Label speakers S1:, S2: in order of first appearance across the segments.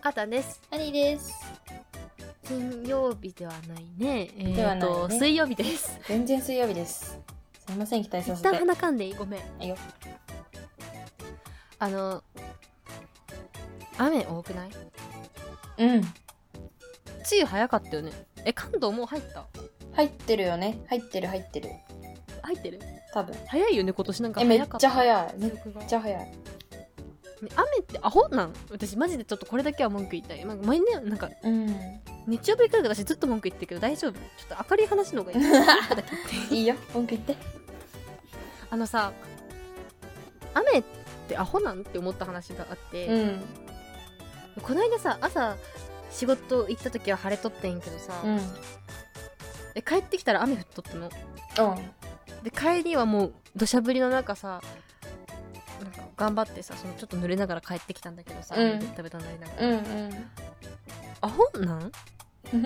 S1: かたんです
S2: アリです。
S1: 金曜日ではないねえー、
S2: ではないね
S1: と水曜日 です
S2: 全然水曜日です。すみません、期待さ
S1: 一
S2: せ
S1: 旦
S2: て。
S1: 鼻かんでいいごめん
S2: いいよ
S1: あの雨多くない
S2: うん。
S1: 梅雨早かったよねえ関東もう入った
S2: 入ってるよね。入ってる、入ってる。
S1: 入ってる
S2: 多分。めっ
S1: 早いよね今年なんか
S2: えめっ
S1: 早かった
S2: ちゃ早いめっ
S1: 記憶が
S2: ちゃ早い。
S1: ね雨ってアホなん私マジでちょっとこれだけは文句言いたい、まあ、前ねなんか
S2: うん。
S1: 日曜日くらいから私ずっと文句言ってるけど大丈夫ちょっと明るい話 の方がいい ちょっとだけ言って
S2: いいよ、文句言って。
S1: あのさ雨ってアホなんって思った話があって、
S2: ん。
S1: この間さ朝仕事行った時は晴れとってんけどさ、
S2: うん。
S1: で帰ってきたら雨降っとったの
S2: う
S1: で帰りはもう土砂降りの中さなんか頑張ってさそのちょっと濡れながら帰ってきたんだけどさ、
S2: うん
S1: べたべたになりなが
S2: ん。
S1: ら、
S2: うん。
S1: アホなん
S2: うん。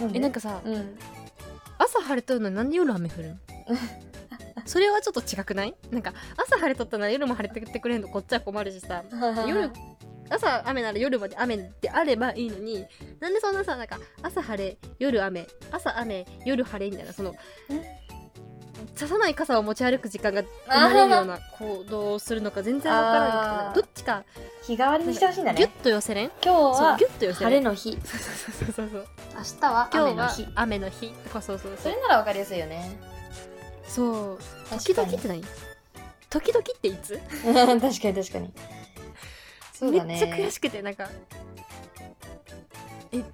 S2: うん
S1: えなんかさ、
S2: うん。
S1: 朝晴れとるのになんで夜雨降 るのそれはちょっと違くないなんか朝晴れとったなら夜も晴れてってくれんのこっちは困るしさ夜朝雨なら夜まで雨であればいいのになんでそんなさなんか朝晴れ夜雨朝雨夜晴れみたいなその刺さない傘を持ち歩く時間が生まれるような行動をするのか全然わからな
S2: あ
S1: くて
S2: ー
S1: どっちか
S2: 日替わりにしてほしいんだ
S1: ギュッ
S2: ね。
S1: と寄せれん
S2: 今日
S1: そう
S2: は
S1: ギュッと寄せ
S2: 晴
S1: れ
S2: れ
S1: ん
S2: の日。
S1: そうそうそうそう
S2: 明日は
S1: 今
S2: 雨
S1: 日
S2: の
S1: は
S2: 日。
S1: 雨の日とかそうそう
S2: そ
S1: そう
S2: れならわかりやすいよね。
S1: そう時
S2: 確
S1: 々
S2: かに
S1: っ。て何時々っていつ、
S2: 確かに 確かに。そう
S1: め
S2: だ
S1: っ
S2: ね。
S1: ちゃ悔しくてなんかえ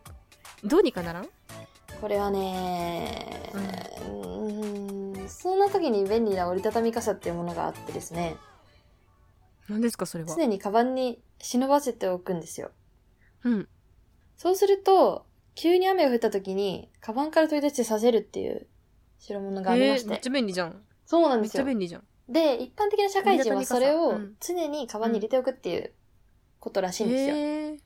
S1: どうにかならん
S2: これはねうーんそんな時に便利な折りたたみ傘っていうものがあってですね
S1: 何ですかそれは
S2: 常にカバンに忍ばせておくんですよ
S1: うん
S2: そうすると急に雨が降った時にカバンから取り出してさせるっていう代物がありま
S1: えー
S2: して、
S1: めっちゃ便利じゃん
S2: そうなん
S1: め
S2: で
S1: っ
S2: す
S1: ちゃ
S2: よ
S1: 便利じゃん
S2: で一般的な社会人
S1: 折
S2: は
S1: りたた
S2: そ
S1: み傘
S2: れを
S1: うん
S2: 常にカバンに入れておくっていうことらしいんですよ、
S1: へーへ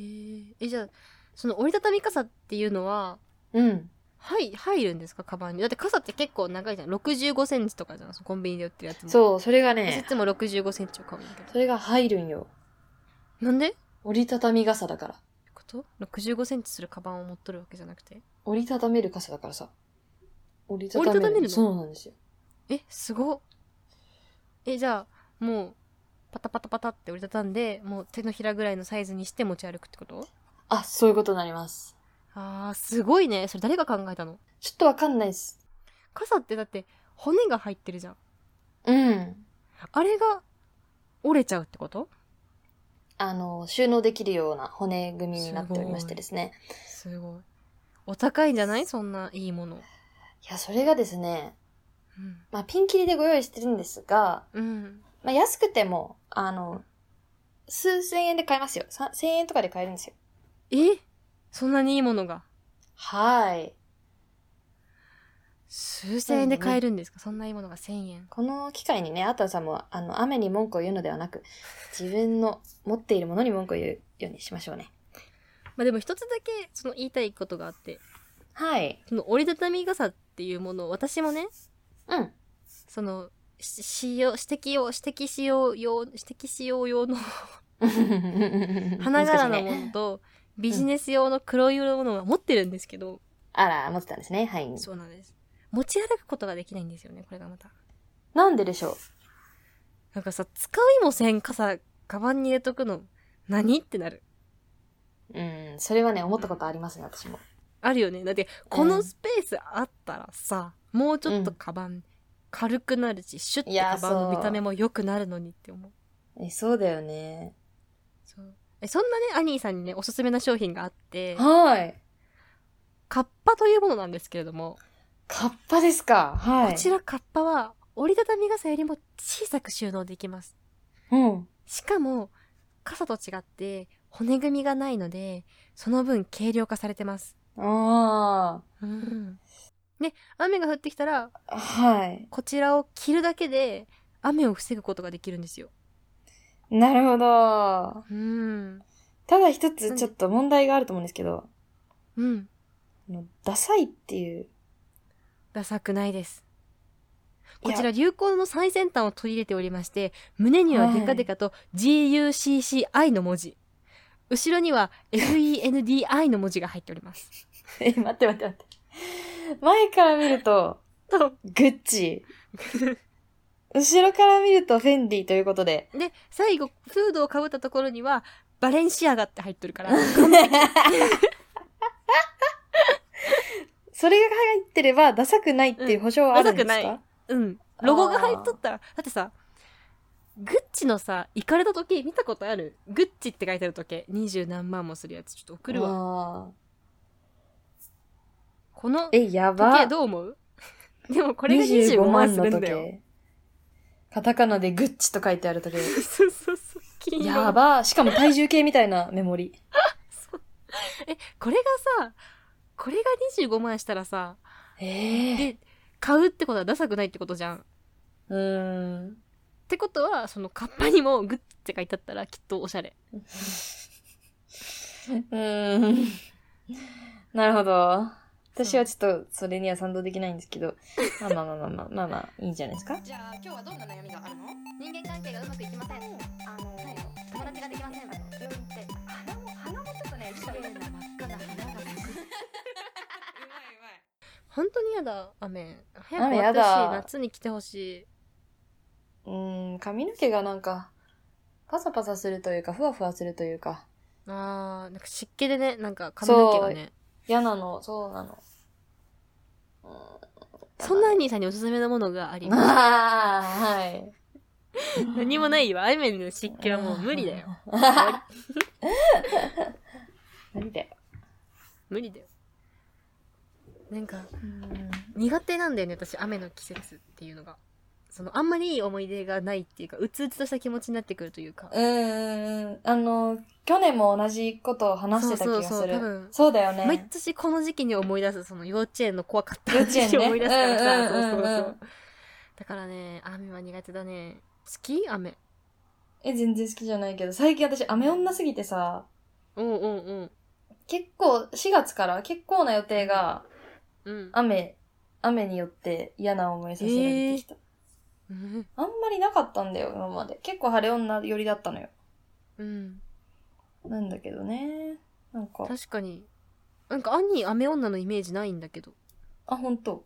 S1: ーえじゃあその折りたたみ傘っていうのは
S2: うん
S1: はい入るんですかカバンにだって傘って結構長いじゃん6 5センチとかじゃんそのコンビニで売ってるやつもう
S2: そうそれが
S1: い
S2: ね
S1: つも6 5センチを買うんだけ
S2: それが入るんよ
S1: どなんでって
S2: 折りたたみ傘だから
S1: こと6 5センチするカバンを持っとるわけじゃなくて
S2: 折りたためる傘だからさ折りた
S1: 折りたためるの
S2: そうなんですよ
S1: えすごっえじゃあもうパタパタパタって折りたたんでもう手のひらぐらいのサイズにして持ち歩くってこと
S2: あそういうことになります
S1: あーすごいねそれ誰が考えたの
S2: ちょっとわかんないです
S1: 傘ってだって骨が入ってるじゃん
S2: うん
S1: あれが折れちゃうってこと
S2: あの収納できるような骨組みになっておりましてですね
S1: すごいお高いんじゃないそんないいもの
S2: いやそれがですね
S1: うん、
S2: まあピンキリでご用意してるんですが、
S1: うん、
S2: まあ、安くてもあの数千円で買えますよさ千円とかで買えるんですよ
S1: えそんなにいいものが
S2: はい
S1: 数千円で買えるんですか、そんないいものが千円
S2: この機会にねあとはさんもあの雨に文句を言うのではなく自分の持っているものに文句を言うようにしましょうね
S1: まあでも一つだけその言いたいことがあって
S2: はい
S1: その折りたたみ傘っていうものを私もね
S2: うん
S1: そのし使用指摘用指摘使用用指摘使用用の花柄のものと、ビジネス用の黒色のものは持ってるんですけど、
S2: あら、持ってたんですね。はい。
S1: そうなんです持ち歩くことができないんですよねこれがまた
S2: なんででしょ
S1: なんかさ使いもせん傘カバンに入れとくの何ってなる
S2: ううん、それはね、思ったことありますね、私も。
S1: あるよねだってこのスペースあったらさ、もうちょっとカバン軽くなるし、シュッて
S2: いや
S1: カバンの
S2: そう
S1: 見た目も良くなるのにって思う
S2: え、そうだよね。
S1: そうえそんなねアニーさんにねおすすめな商品があって
S2: はい。
S1: カッパというものなんですけれども、
S2: カッパですか。は
S1: こちらカッパは折りたたみ傘よりも小さく収納できます
S2: うん。
S1: しかも傘と違って骨組みがないのでその分軽量化されてます
S2: あ
S1: うんね雨が降ってきたら
S2: あ。はい。
S1: こちらを着るだけで雨を防ぐことができるんですよ。
S2: なるほど。
S1: うん。
S2: ただ一つ、ちょっと問題があると思うんですけど、
S1: うん。
S2: あのダサいっていう。
S1: ダサくないです。
S2: い
S1: こ
S2: や
S1: ちら流行の最先端を取り入れておりまして、胸にはデカデカと GUCCI の文字。後ろには FENDI の文字が入っております。
S2: え、待って待って待って。前から見ると、グッチ。後ろから見るとフェンディということ で。
S1: で、最後、フードをかぶったところには、バレンシアガって入ってるから、
S2: それが入ってれば、ダサくないっていう保証はあるんですか、
S1: うんダサくうん。ロゴが入っとったら、だってさ、グッチのさ、イカれた時計見たことあるグッチって書いてある時計。二十何万もするやつ、ちょっと送るわ。
S2: わ。
S1: この時
S2: え、やば
S1: 計。どう思う でもこ
S2: こ
S1: れが25万するんだよ。。
S2: カタカナでグッチと書いてある 時計。
S1: そうそうそう。金色
S2: やば。しかも体重計みたいなメモリ。
S1: え、これがさ、これが25万したらさ、
S2: ええ
S1: で、買うってことはダサくないってことじゃん。っ
S2: うーん。
S1: てことは、そのカッパにもグッチって書いてあったらきっとおしゃれ。
S2: うーん。 なるほど。私はちょっとそれには賛同できないんです けど、まあまあまあまあまあまあまあいいんじゃないですか。
S3: じゃあ今日はどんな悩みがあるの
S4: 人間関係がうまくいきません。あの、友達ができません。病院行って、鼻も、鼻もちょっとね、綺麗な真っ赤な花が咲く。
S1: 本当にやだ雨早く
S2: 雨
S1: 終わ
S2: や
S1: ってほしい
S2: だ
S1: 夏に来てほしいう
S2: ーん、髪の毛がなんか、パサパサするというか、ふわふわするというか、
S1: あーなんか湿気でねなんか髪の毛がね
S2: 嫌なの、そうなの。うー
S1: そんな兄さんにおすすめのものがあります
S2: ああ、はい。
S1: 何もないわ雨の湿気はもう無理だよ
S2: 無理だよ。
S1: 無理だよなんか苦手なんだよね私雨の季節っていうのがそのあんまりいい思い出がないっていうかうつうつとした気持ちになってくるというか
S2: うーん、あの、去年も同じことを話してた気がする。
S1: そう
S2: そ
S1: そううそう多分
S2: だよね。
S1: 毎年この時期に思い出すその幼稚園の怖かった
S2: 幼稚園ね
S1: 話を思い出すからさ、
S2: うんうんうんう
S1: そ
S2: ん
S1: うそうそうだからね雨は苦手だね好き雨
S2: え、全然好きじゃないけど、最近私、雨女すぎてさ、
S1: うんうんうん
S2: 結構、4月から結構な予定が、
S1: うん
S2: 雨、雨によって嫌な思いさせられてきた。
S1: うん
S2: あんまりなかったんだよ、今まで。結構晴れ女寄りだったのよ。
S1: うん
S2: なんだけどね。なんか、
S1: 確かになんか兄雨女のイメージないんだけど、
S2: あ、ほんと。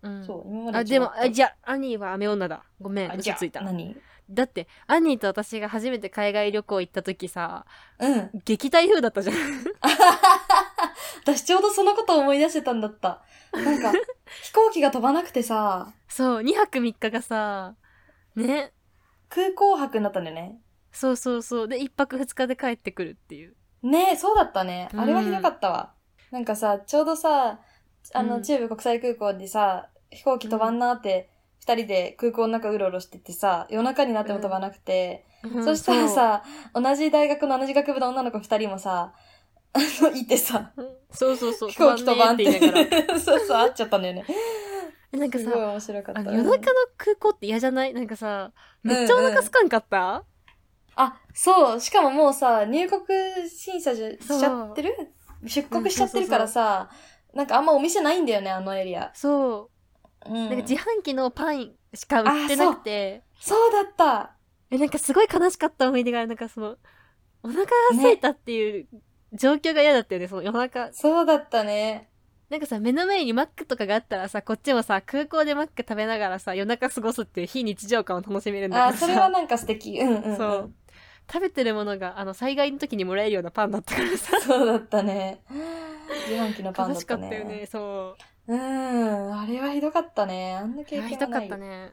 S1: うん、
S2: そう、今まで
S1: あでもあ
S2: ゃ
S1: じゃあ兄は雨女だごめん嘘ついた
S2: 何
S1: だって兄と私が初めて海外旅行行った時さ
S2: うん。
S1: 撃退風だったじゃん
S2: 私ちょうどそのことを思い出してたんだった。な んか、飛行機が飛ばなくてさ、
S1: そう2泊3日がさね
S2: 空港泊になったんだよね。
S1: そうそうそうで1泊2日で帰ってくるっていう
S2: ねえ、そうだったね。あれはひどかったわ。なんかさ、ちょうどさ、あ
S1: う
S2: の、
S1: ん
S2: 中部国際空港でさ、飛行機飛ばんなって、二人で空港の中うろうろしててさ、夜中になっても飛ばなくて、
S1: うん
S2: そしたらさ、同じ大学の同じ学部の女の子二人もさ、あの、いてさ、
S1: そうそうそう
S2: 飛行機飛ばんっ
S1: ねー言いながら
S2: て、 そうそう、会っちゃったんだよね。
S1: えなんか
S2: すごい
S1: さ
S2: 面白かった。
S1: あの夜中の空港って嫌じゃないなんかさめっちゃお腹すかんかった、
S2: あ、そう。しかももうさ、入国審査じゃし
S1: そう
S2: ちゃってる出国しちゃってるからさ、なんかあんまお店ないんだよね、あのエリア。
S1: そう
S2: うん。
S1: なんか自販機のパンしか売ってなくて、
S2: そうだった
S1: えなんかすごい悲しかった思い出がある、なんかその、お腹が空いたっていう状況が嫌だったよね、その夜中。
S2: そうだったね。
S1: なんかさ、目の前にマックとかがあったらさ、こっちもさ、空港でマック食べながらさ、夜中過ごすっていう非日常感を楽しめるんだ
S2: あ、
S1: けどさ
S2: それはなんか素敵。うんうん、うん。
S1: そう。食べてるものが、あの、災害の時にもらえるようなパンだったからさ、
S2: そうだったね。自販機のパン
S1: 悲
S2: だっ
S1: しか
S2: た
S1: っ
S2: ね。
S1: たよね、そう。
S2: うん。あれはひどかったね。あんな
S1: い
S2: 経験
S1: や
S2: はな
S1: ひ
S2: い。
S1: どかったね。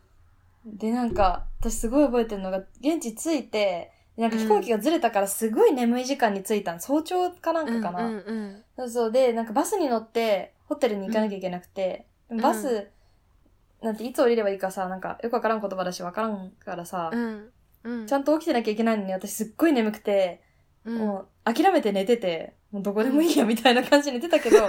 S2: で、なんか、私すごい覚えてるのが、現地着いて、なんか飛行機がずれたからすごい眠い時間に着いたの。早朝かなんかかな。
S1: うんうんうん。
S2: そうそう。で、なんかバスに乗って、ホテルに行かなきゃいけなくて、
S1: ん
S2: バス、なんていつ降りればいいかさ、なんかよくわからん言葉だし、わからんからさ、
S1: うん。うん。
S2: ちゃんと起きてなきゃいけないのに、私すっごい眠くて、
S1: うん、
S2: もう諦めて寝てて、もうどこでもいいやみたいな感じで寝てた けど、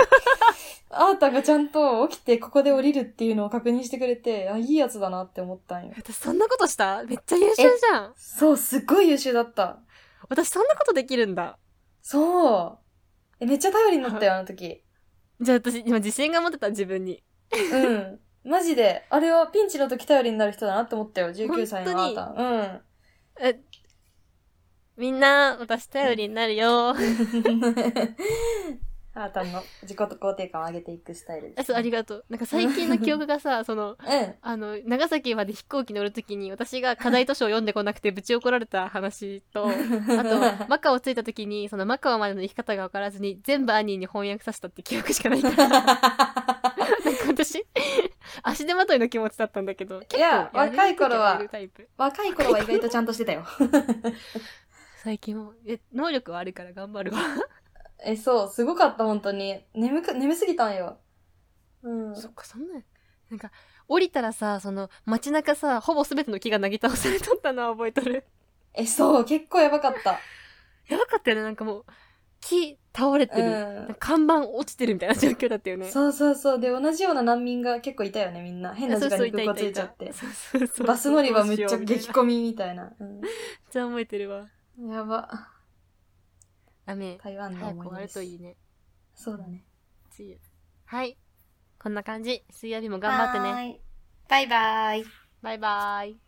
S2: あーたがちゃんと起きてここで降りるっていうのを確認してくれて、あ、いいやつだなって思ったんよ。
S1: 私そんなことしためっちゃ優秀じゃん。
S2: そう、すっごい優秀だった。
S1: 私そんなことできるんだ。
S2: そう。え、めっちゃ頼りになったよ、あの時。
S1: じゃあ私今自信が持てた自分に
S2: うん。マジで、あれはピンチの時頼りになる人だなって思ったよ、19歳のあなた。うん。
S1: えみんな、私頼りになるよ。
S2: あなたの自己肯定感を上げていくスタイル
S1: あそう、ありがとう。なんか最近の記憶がさ、その、
S2: うん。
S1: あの、長崎まで飛行機乗るときに、私が課題図書を読んでこなくてぶち怒られた話 と、あと、マカオ着いたときに、そのマカオまでの行き方がわからずに、全部アニーに翻訳させたって記憶しかない から。なんか私、 足手まといの気持ちだったんだけど、結構
S2: いや若い頃は
S1: やれるタイプ
S2: 若い頃は意外とちゃんとしてたよ。
S1: 最近も、え、能力はあるから頑張るわ。
S2: え、そう、すごかった、本当に。眠く、眠すぎたんよ。う ん。
S1: そっか、そんなん。なんか、降りたらさ、その、街中さ、ほぼ全ての木がなぎ倒されとったのは覚えとる。
S2: え、そう、結構やばかった。
S1: やばかったよね、なんかもう、木倒れてる。
S2: うん
S1: なんか看板落ちてるみたいな状況だったよね。
S2: そうそうそう。で、同じような難民が結構いたよね、みんな。変な時間に
S1: いた
S2: 空
S1: い
S2: 港
S1: た
S2: ついちゃって
S1: た。そうそうそう。
S2: バス乗り場めっちゃ
S1: どうし
S2: 激
S1: よ
S2: 混みみたいな。
S1: うめっちゃ覚えてるわ。
S2: うんやば。
S1: 雨、
S2: 台湾の
S1: 早く
S2: 思
S1: 終わ
S2: い
S1: る
S2: です
S1: といいね。
S2: そうだね。
S1: See you はい。こんな感じ。水曜日も頑張ってね。
S2: ね。
S3: バイバイ。
S1: バイバーイ。